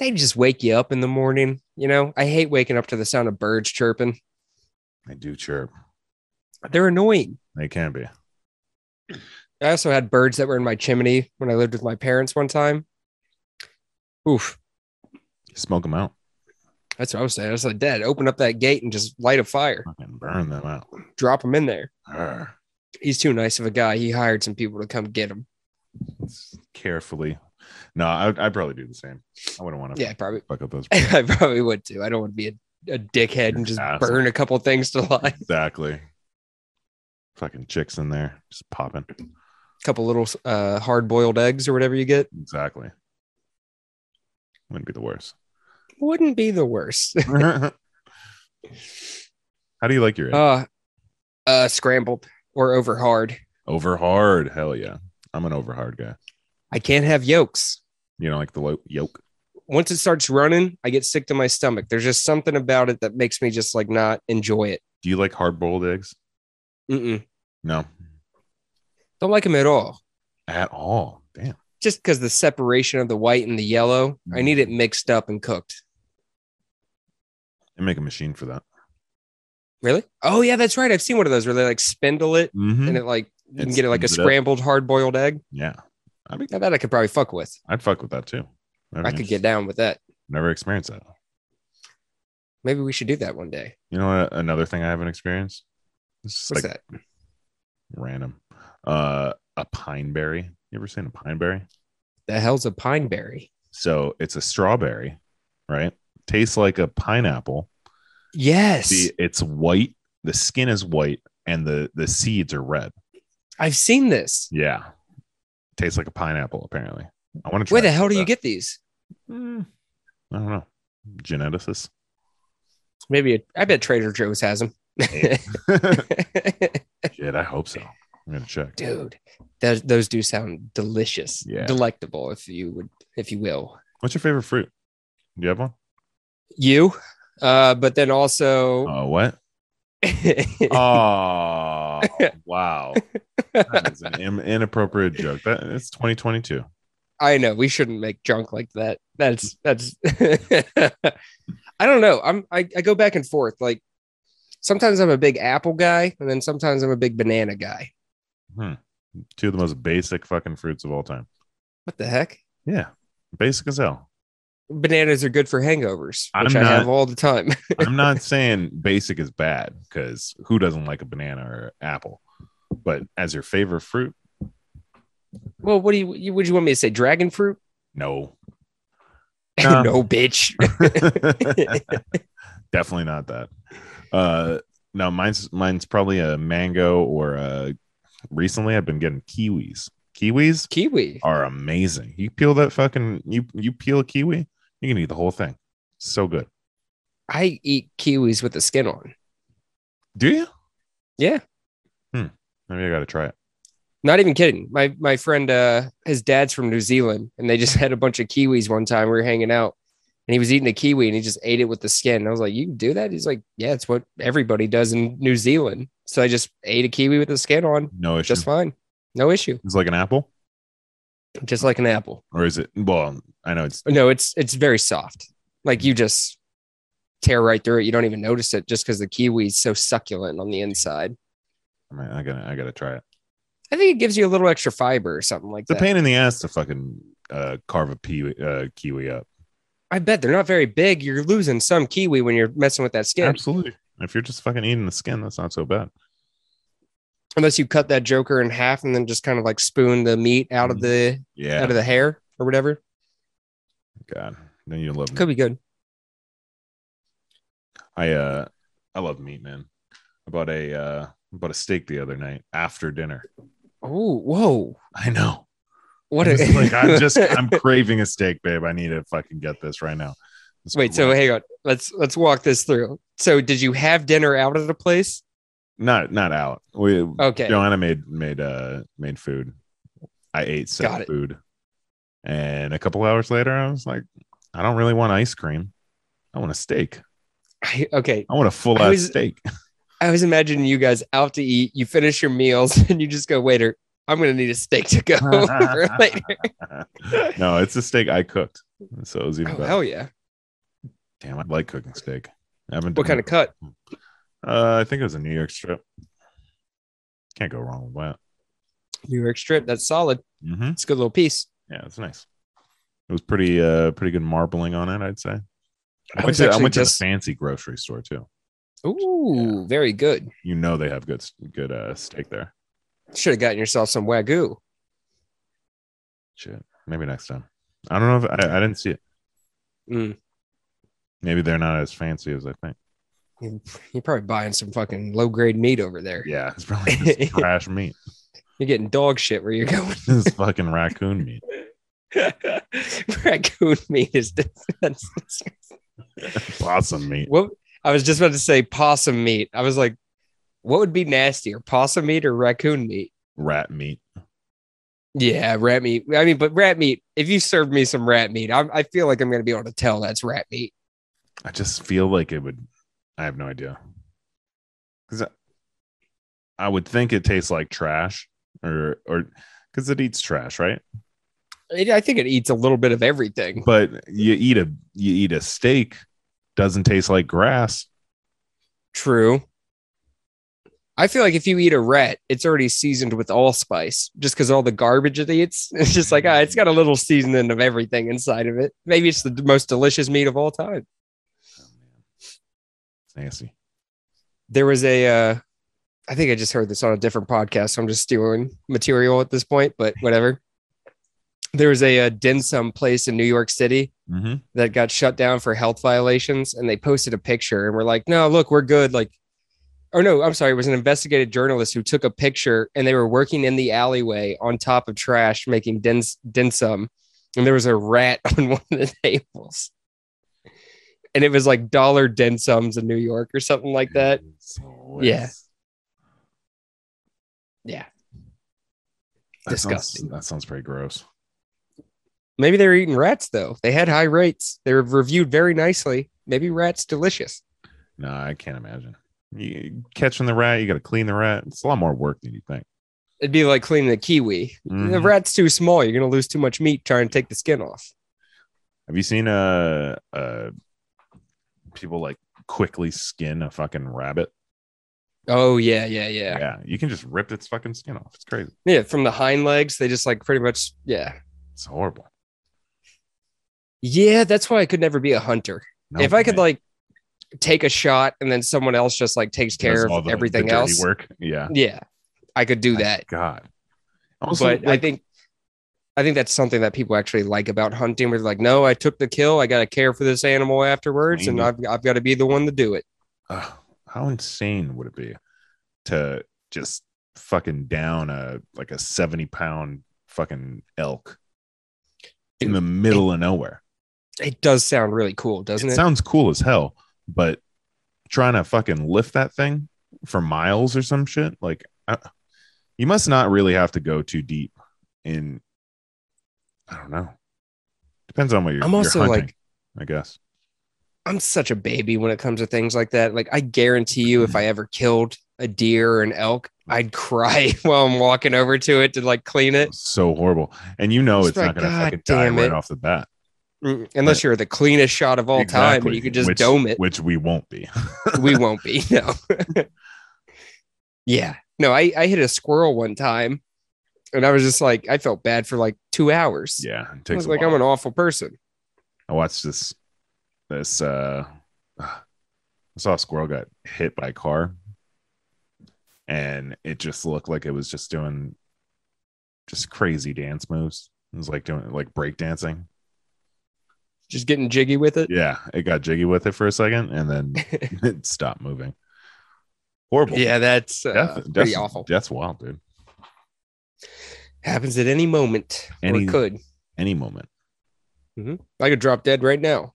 S3: They just wake you up in the morning. You know, I hate waking up to the sound of birds chirping.
S2: They do chirp.
S3: They're annoying.
S2: They can be.
S3: I also had birds that were in my chimney when I lived with my parents one time. Oof,
S2: Smoke them out.
S3: that's what I was saying. I was like, Dad, open up that gate and just light a fire,
S2: Fucking burn them out.
S3: drop them in there.
S2: Arr.
S3: He's too nice of a guy. He hired some people to come get him.
S2: Carefully. No, I, I'd probably do the same. I wouldn't want to
S3: Yeah, probably.
S2: fuck up those.
S3: I probably would too. I don't want to be a, a dickhead and just
S2: Asshole.
S3: burn a couple things to life.
S2: exactly. Fucking chicks in there just popping.
S3: couple little uh, hard boiled eggs or whatever you get
S2: Exactly. Wouldn't be the worst.
S3: wouldn't be the worst.
S2: How do you like your egg?
S3: uh, uh, scrambled or over hard.
S2: Over hard. Hell yeah. I'm an over hard guy.
S3: I can't have yolks.
S2: You know, like the lo- yolk.
S3: Once it starts running, I get sick to my stomach. There's just something about it that makes me just like not enjoy it.
S2: Do you like hard boiled eggs?
S3: Mm-mm.
S2: No,
S3: Don't like them at all.
S2: at all. Damn.
S3: Just because the separation of the white and the yellow, I need it mixed up and cooked.
S2: They make a machine for that.
S3: Really? Oh yeah, that's right. I've seen one of those where they like spindle it
S2: Mm-hmm.
S3: and it like you can
S2: It
S3: get it like a
S2: spins it up.
S3: scrambled hard boiled egg.
S2: yeah. I mean,
S3: Now that I could probably fuck with.
S2: I'd fuck with that too.
S3: I
S2: That'd be
S3: could
S2: interesting.
S3: get down with that.
S2: Never experienced that.
S3: Maybe we should do that one day.
S2: You know what? Another thing I haven't experienced. It's just
S3: What's
S2: like
S3: that?
S2: random. Uh, a pine berry. You ever seen a pine berry?
S3: The hell's a pine berry?
S2: So it's a strawberry, right? Tastes like a pineapple,
S3: Yes.
S2: The, it's white. The skin is white, and the the seeds are red.
S3: I've seen this.
S2: Yeah, tastes like a pineapple. Apparently, I want to.
S3: Where the hell do you get these?
S2: I don't know. Geneticist.
S3: Maybe it- I bet Trader Joe's has them.
S2: Shit, I hope so. I'm gonna check.
S3: Dude, those, those do sound delicious.
S2: Yeah.
S3: Delectable if you would if you will.
S2: What's your favorite fruit? Do you have one?
S3: You uh but then also
S2: Oh, what? Oh, wow. That is an im- inappropriate joke. That it's 2022.
S3: I know we shouldn't make junk like that. That's that's I don't know. I'm I, I go back and forth. Like sometimes I'm a big apple guy, and then sometimes I'm a big banana guy.
S2: Two of the most basic fucking fruits of all time.
S3: What the heck?
S2: Yeah, basic as hell.
S3: Bananas are good for hangovers, which
S2: I'm
S3: I
S2: not-
S3: have all the time.
S2: I'm not saying basic is bad because who doesn't like a banana or apple? But as your favorite fruit,
S3: well, what do you you- would you want me to say? Dragon fruit?
S2: no, No.
S3: No, bitch.
S2: definitely not that. Uh, no, mine's mine's probably a mango or a. Recently, I've been getting kiwis. Kiwis
S3: Kiwi.
S2: are amazing. You peel that fucking you you peel a kiwi, you can eat the whole thing. So good.
S3: I eat kiwis with the skin on.
S2: Do you? Hmm,
S3: Yeah.
S2: Maybe I got to try it.
S3: Not even kidding. My my friend, uh, his dad's from New Zealand, and they just had a bunch of kiwis one time. We were hanging out, and he was eating a kiwi, and he just ate it with the skin. I was like, "You can do that?" He's like, "Yeah, it's what everybody does in New Zealand." So I just ate a kiwi with the skin on,
S2: No issue.
S3: just fine, no issue,
S2: It's like an apple,
S3: just like an apple.
S2: or is it? Well, I know it's
S3: No, it's it's very soft. Like you just tear right through it. You don't even notice it, just because the kiwi's so succulent on the inside.
S2: I, mean, I gotta, I gotta try it.
S3: I think it gives you a little extra fiber or something like
S2: It's a
S3: that.
S2: pain in the ass to fucking uh, carve a kiwi, uh, kiwi up.
S3: I bet they're not very big. You're losing some kiwi when you're messing with that skin,
S2: Absolutely. If you're just fucking eating the skin, that's not so bad.
S3: unless you cut that joker in half and then just kind of like spoon the meat out of the
S2: Mm. Yeah.
S3: out of the hair or whatever.
S2: God, then you love.
S3: Could be good.
S2: I uh I love meat, man. I bought a uh bought a steak the other night after dinner.
S3: Oh, whoa!
S2: I know.
S3: What
S2: I'm
S3: a
S2: just like I'm just I'm craving a steak, babe. I need to fucking get this right now. It's
S3: Wait, so hang on. Let's let's walk this through. So, did you have dinner out at the place?
S2: not not out. We
S3: Okay.
S2: Joanna made made uh made food. I ate
S3: Got
S2: said
S3: it.
S2: food. And a couple hours later I was like, I don't really want ice cream. I want a steak.
S3: I, okay.
S2: I want a full
S3: I
S2: ass
S3: was-
S2: steak.
S3: I was imagining you guys out to eat. You finish your meals and you just go, waiter. I'm gonna need a steak to go for later.
S2: no, it's a steak I cooked. So it was even
S3: Oh,
S2: better.
S3: hell yeah!
S2: Damn, I like cooking steak. I haven't
S3: What kind
S2: done
S3: of cut?
S2: Uh, I think it was a New York strip. Can't go wrong with that.
S3: New York strip. That's solid.
S2: Mm-hmm.
S3: It's a good little piece.
S2: Yeah, it's nice. It was pretty, uh, pretty good marbling on it. I'd say. I,
S3: I
S2: went,
S3: was
S2: to, I
S3: actually
S2: went
S3: just-
S2: to the fancy grocery store too.
S3: Ooh, very good.
S2: You know they have good, good uh, steak there.
S3: Should have gotten yourself some wagyu.
S2: Shit, maybe next time. I don't know if I, I didn't see it.
S3: Mm.
S2: Maybe they're not as fancy as I think.
S3: You're probably buying some fucking low grade meat over there.
S2: Yeah, it's probably just trash meat.
S3: You're getting dog shit where you're going.
S2: It's fucking raccoon meat.
S3: Raccoon meat is that's,
S2: Possum meat.
S3: what I was just about to say possum meat. I was like, what would be nastier, possum meat or raccoon meat?
S2: Rat meat.
S3: Yeah, rat meat. I mean, but rat meat. If you served me some rat meat, I'm, I feel like I'm gonna be able to tell that's rat meat.
S2: I just feel like it would. I have no idea. Because I, I would think it tastes like trash, or or because it eats trash, right?
S3: It, I think it eats a little bit of everything.
S2: But you eat a you eat a steak, doesn't taste like grass.
S3: True. I feel like if you eat a rat, it's already seasoned with allspice just because all the garbage it eats. It's just like, ah, it's got a little seasoning of everything inside of it. Maybe it's the d- most delicious meat of all time.
S2: Oh, man. It's nasty.
S3: There was a, uh, I think I just heard this on a different podcast. So I'm just stealing material at this point, but whatever. There was a, uh dim sum place in New York City
S2: Mm-hmm.
S3: that got shut down for health violations and they posted a picture and we're like no look we're good like or no i'm sorry it was an investigative journalist who took a picture and they were working in the alleyway on top of trash making dens densum and there was a rat on one of the tables and it was like dollar densums in new york or something like that Yeah. Yeah.
S2: That sounds-
S3: Disgusting.
S2: that sounds pretty gross.
S3: maybe they were eating rats though they had high rates they were reviewed very nicely maybe rats delicious
S2: No, I can't imagine. You catching the rat, you got to clean the rat. It's a lot more work than you think.
S3: it'd be like cleaning a kiwi The
S2: Mhm.
S3: rat's too small. You're gonna lose too much meat trying to take the skin off.
S2: Have you seen uh uh people like quickly skin a fucking rabbit?
S3: Oh yeah, yeah, yeah,
S2: you can just rip its fucking skin off. It's crazy.
S3: yeah. From the hind legs, they just like pretty much. Yeah,
S2: It's horrible.
S3: yeah. That's why I could never be a hunter.
S2: No
S3: if I could
S2: way.
S3: like take a shot and then someone else just like takes
S2: Does
S3: care
S2: all
S3: of
S2: the-
S3: everything
S2: the dirty
S3: else,
S2: work. Yeah,
S3: yeah, I could do
S2: My
S3: that.
S2: God.
S3: but I think, I think that's something that people actually like about hunting. Where they're like, no, I took the kill. I got to care for this animal afterwards, and I've
S2: Clean
S3: I've got to be the one to do it.
S2: Ugh, how insane would it be to just fucking down a like a seventy pound fucking elk in the middle of nowhere?
S3: It does sound really cool, doesn't
S2: it,
S3: it?
S2: sounds cool as hell, but trying to fucking lift that thing for miles or some shit, like I, you must not really have to go too deep in. I don't know. Depends on what you're.
S3: I'm
S2: you're
S3: also
S2: hunting,
S3: like
S2: I guess.
S3: I'm such a baby when it comes to things like that. Like I guarantee you, if I ever killed a deer or an elk, I'd cry while I'm walking over to it to like clean it.
S2: So horrible, and you know
S3: It's
S2: it's
S3: like,
S2: not going to
S3: God
S2: fucking die
S3: damn
S2: right
S3: it.
S2: off the bat.
S3: Mm, Unless you're the cleanest shot of all time, and
S2: Exactly,
S3: you could just
S2: which-
S3: dome it.
S2: which we won't be.
S3: we won't be. No. yeah. No, I, I hit a squirrel one time and I was just like, I felt bad for like two hours.
S2: Yeah, it
S3: I
S2: takes
S3: was
S2: a
S3: like,
S2: while.
S3: I'm an awful person.
S2: I watched this this uh I saw a squirrel got hit by a car and it just looked like it was just doing just crazy dance moves. It was like doing like break dancing.
S3: Just getting jiggy with it.
S2: Yeah, it got jiggy with it for a second and then it stopped moving. Horrible.
S3: Yeah, that's uh,
S2: Death,
S3: pretty
S2: death's-
S3: awful.
S2: Death's wild, dude.
S3: Happens at any moment. Or
S2: Any-
S3: it could.
S2: Any moment.
S3: I could drop dead right now.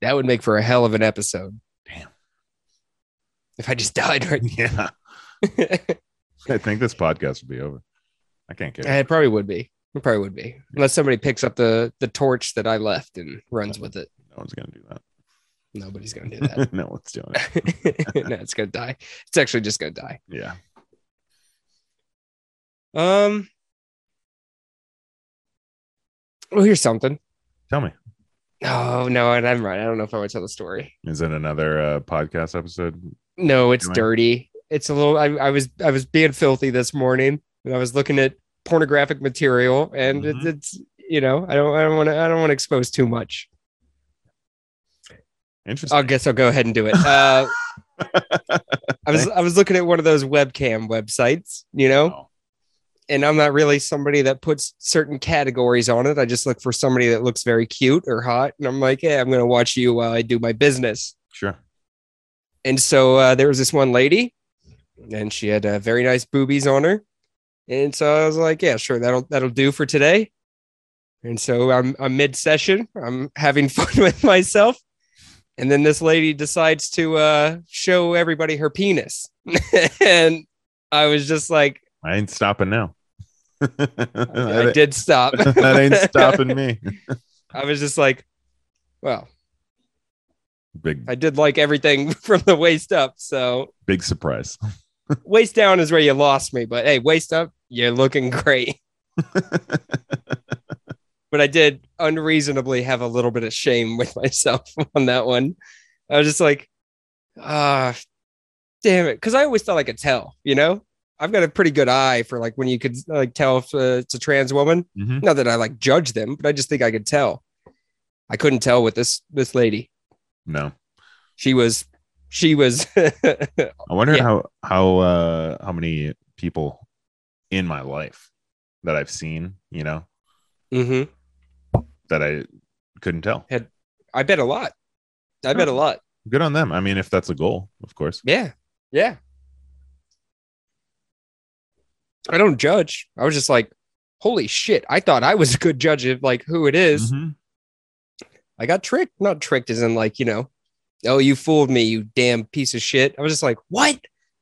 S3: That would make for a hell of an episode.
S2: Damn.
S3: If I just died right
S2: Yeah.
S3: now.
S2: I think this podcast would be over. I can't get
S3: it probably would be. It probably would be. Unless somebody picks up the the torch that I left and runs with it.
S2: no one's gonna do
S3: Nobody's gonna do that.
S2: that. no one's doing it.
S3: no, it's gonna die. It's actually just gonna die.
S2: Yeah.
S3: Um. Oh, here's something.
S2: Tell me.
S3: Oh no, and I'm right. I don't know if I want to tell the story.
S2: Is it another uh, podcast episode?
S3: No, it's
S2: Go ahead.
S3: dirty. It's a little. I, I was I was being filthy this morning, and I was looking at pornographic material, and
S2: Mhm.
S3: it's, it's you know I don't I don't want to I don't want to expose too much.
S2: Interesting.
S3: I guess I'll go ahead and do it. Uh, I was I was looking at one of those webcam websites, you know,
S2: Oh.
S3: and I'm not really somebody that puts certain categories on it. I just look for somebody that looks very cute or hot, and I'm like, yeah, I'm gonna watch you while I do my business.
S2: sure.
S3: And so uh, there was this one lady, and she had uh, very nice boobies on her, and so I was like, yeah, sure, that'll that'll do for today. And so I'm I'm mid session, I'm having fun with myself, and then this lady decides to uh, show everybody her penis, and I was just like,
S2: I ain't stopping now.
S3: I
S2: that,
S3: did stop.
S2: ain't- that ain't stopping me.
S3: I was just like, well,
S2: Big
S3: I did like everything from the waist up, so
S2: big surprise.
S3: waist down is where you lost me, but hey, waist up, you're looking great. but I did unreasonably have a little bit of shame with myself on that one. I was just like, ah, damn it. Cause I always thought I could tell, you know? I've got a pretty good eye for like when you could like tell if uh, it's a trans woman.
S2: Mhm.
S3: Not that I like judge them, but I just think I could tell. I couldn't tell with this this lady.
S2: No,
S3: She was she was Mm-hmm.
S2: I wonder
S3: Yeah.
S2: how how uh, how many people in my life that I've seen, you know,
S3: Mhm.
S2: that I couldn't tell.
S3: I bet a lot. I bet a lot.
S2: Good on them. I mean, if that's a goal, of course.
S3: Yeah. Yeah. I don't judge. I was just like, holy shit. I thought I was a good judge of like who it is.
S2: Mhm.
S3: I got tricked. Not tricked as in like, you know, oh, you fooled me, you damn piece of shit. I was just like, what?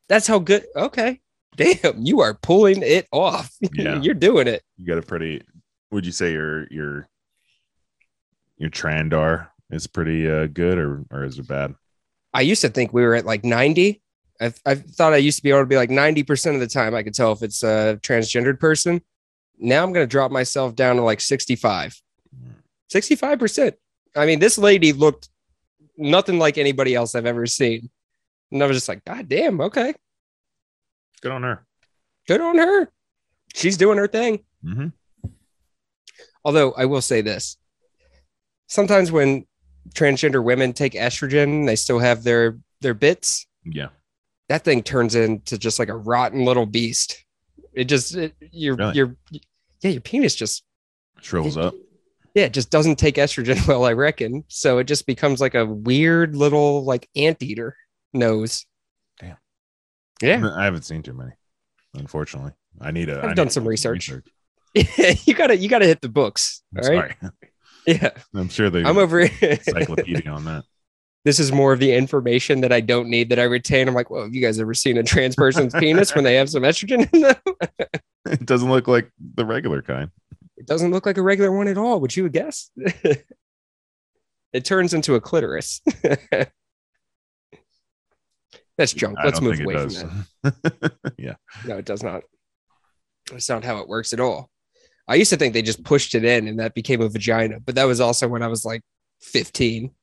S3: That's how good. Okay. Damn, you are pulling it off.
S2: Yeah.
S3: You're doing it.
S2: You got a pretty. Would you say your your your Trandar is pretty uh, good, or or is it bad?
S3: I used to think we were at like 90. I, I thought I used to be able to be like 90% of the time I could tell if it's a transgendered person. Now I'm going to drop myself down to like 65. 65%. I mean, this lady looked nothing like anybody else I've ever seen. And I was just like, God damn, okay.
S2: Good on her.
S3: Good on her. She's doing her thing.
S2: hmm
S3: Although I will say this sometimes when transgender women take estrogen, they still have their their bits.
S2: Yeah.
S3: that thing turns into just like a rotten little beast. It just it, your
S2: Really?
S3: your yeah your penis just
S2: Shrivels up.
S3: yeah it just doesn't take estrogen well I reckon so it just becomes like a weird little like anteater nose.
S2: Damn.
S3: Yeah,
S2: I haven't seen too many, unfortunately. I need a.
S3: I've
S2: I
S3: done
S2: need
S3: some
S2: to do
S3: research. you gotta you gotta hit the books.
S2: I'm
S3: all right.
S2: sorry.
S3: Yeah,
S2: I'm sure they
S3: I'm over.
S2: encyclopedia on that.
S3: this is more of the information that I don't need that I retain. I'm like, well, have you guys ever seen a trans person's penis when they have some estrogen in them?
S2: It doesn't look like the regular kind.
S3: It doesn't look like a regular one at all. Would you guess? it turns into a clitoris. That's junk.
S2: I
S3: Let's
S2: don't
S3: move
S2: think
S3: away
S2: it
S3: from
S2: does.
S3: that.
S2: yeah.
S3: No, it does not. That's not how it works at all. I used to think they just pushed it in and that became a vagina, but that was also when I was like 15.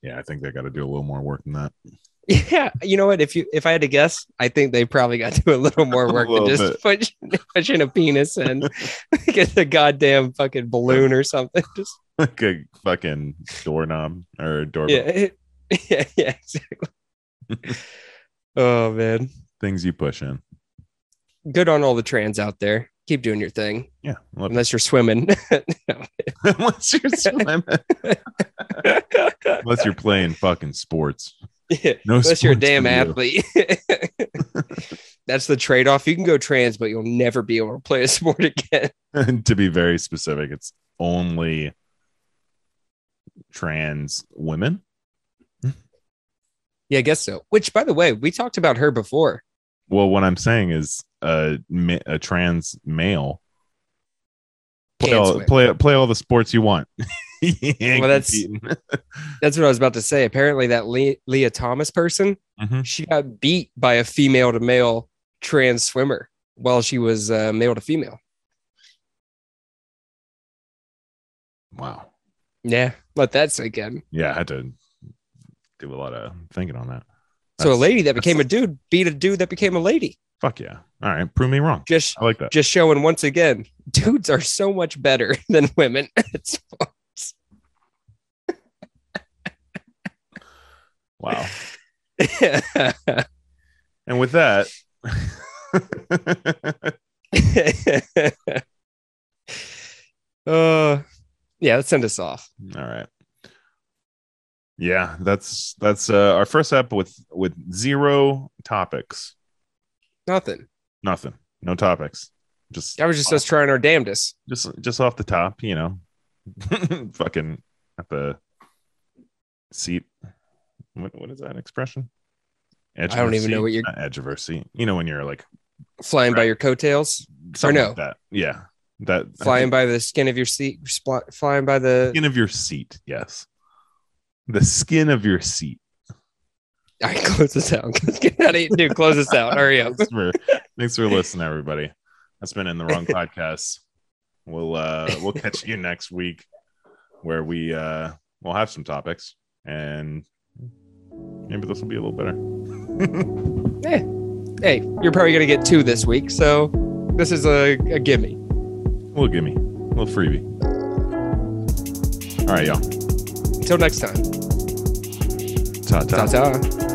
S2: Yeah. I think they got to do a little more work than that.
S3: Yeah, you know what? If you if I had to guess, I think they probably got to do a little more work than
S2: little
S3: just push, pushing a penis in, get the goddamn fucking balloon or something. Just
S2: like a fucking doorknob or doorbell.
S3: yeah, it- yeah, yeah, exactly. oh man,
S2: Things you push in.
S3: good on all the trans out there. Keep doing your thing,
S2: Yeah. Love
S3: unless you're swimming.
S2: it. Unless you're swimming. Unless you're playing fucking sports.
S3: Yeah,
S2: No
S3: Unless you're a
S2: sports
S3: damn
S2: for you.
S3: athlete. That's the trade off. You can go trans, but you'll never be able to play a sport again.
S2: to be very specific, it's only trans women.
S3: Yeah, I guess so. Which, by the way, we talked about her before.
S2: Well, what I'm saying is a, ma- a trans male play
S3: Can't
S2: all,
S3: swim.
S2: play, play all the sports you want. You ain't
S3: Well, that's-
S2: competing.
S3: That's what I was about to say. Apparently, that Le- Leah Thomas person,
S2: Mhm.
S3: she got beat by a female to male trans swimmer while she was uh, male to female.
S2: wow.
S3: Yeah, let that sink in.
S2: Yeah, I had to do a lot of thinking on that.
S3: so a
S2: That's-
S3: lady that became a
S2: that's-
S3: dude beat a dude that became a lady.
S2: Fuck yeah. All right, prove me wrong.
S3: Just
S2: I like that.
S3: just showing once again, dudes are so much better than women. It's
S2: Wow. And with that,
S3: uh, yeah, let's send us off.
S2: all right. Yeah, that's that's uh, our first app with with zero topics.
S3: Nothing.
S2: Nothing. No topics. Just
S3: That was just us trying our damnedest.
S2: just just off the top, you know. Fucking at the seat. What what is that expression? Edge
S3: I
S2: of
S3: don't
S2: her
S3: even know
S2: seat.
S3: what you're-
S2: Not edge of her seat. You know when you're like
S3: Flying by your coattails,
S2: something
S3: no.
S2: like that. Yeah. That I
S3: flying
S2: think-
S3: by the skin of your seat, spl- flying by the.
S2: skin of your seat, yes. The skin of your seat.
S3: All right, close this out. Get out of here, dude. Close this out. Hurry up.
S2: thanks for thanks for listening, everybody. That's been in the wrong podcast. We'll uh we'll catch you next week where we uh we'll have some topics and maybe this will be a little better.
S3: Hey, you're probably gonna get two this week, so this is a, a gimme.
S2: A little gimme, a little freebie. All right, y'all.
S3: Until next time.
S2: Ta ta.
S3: Ta ta.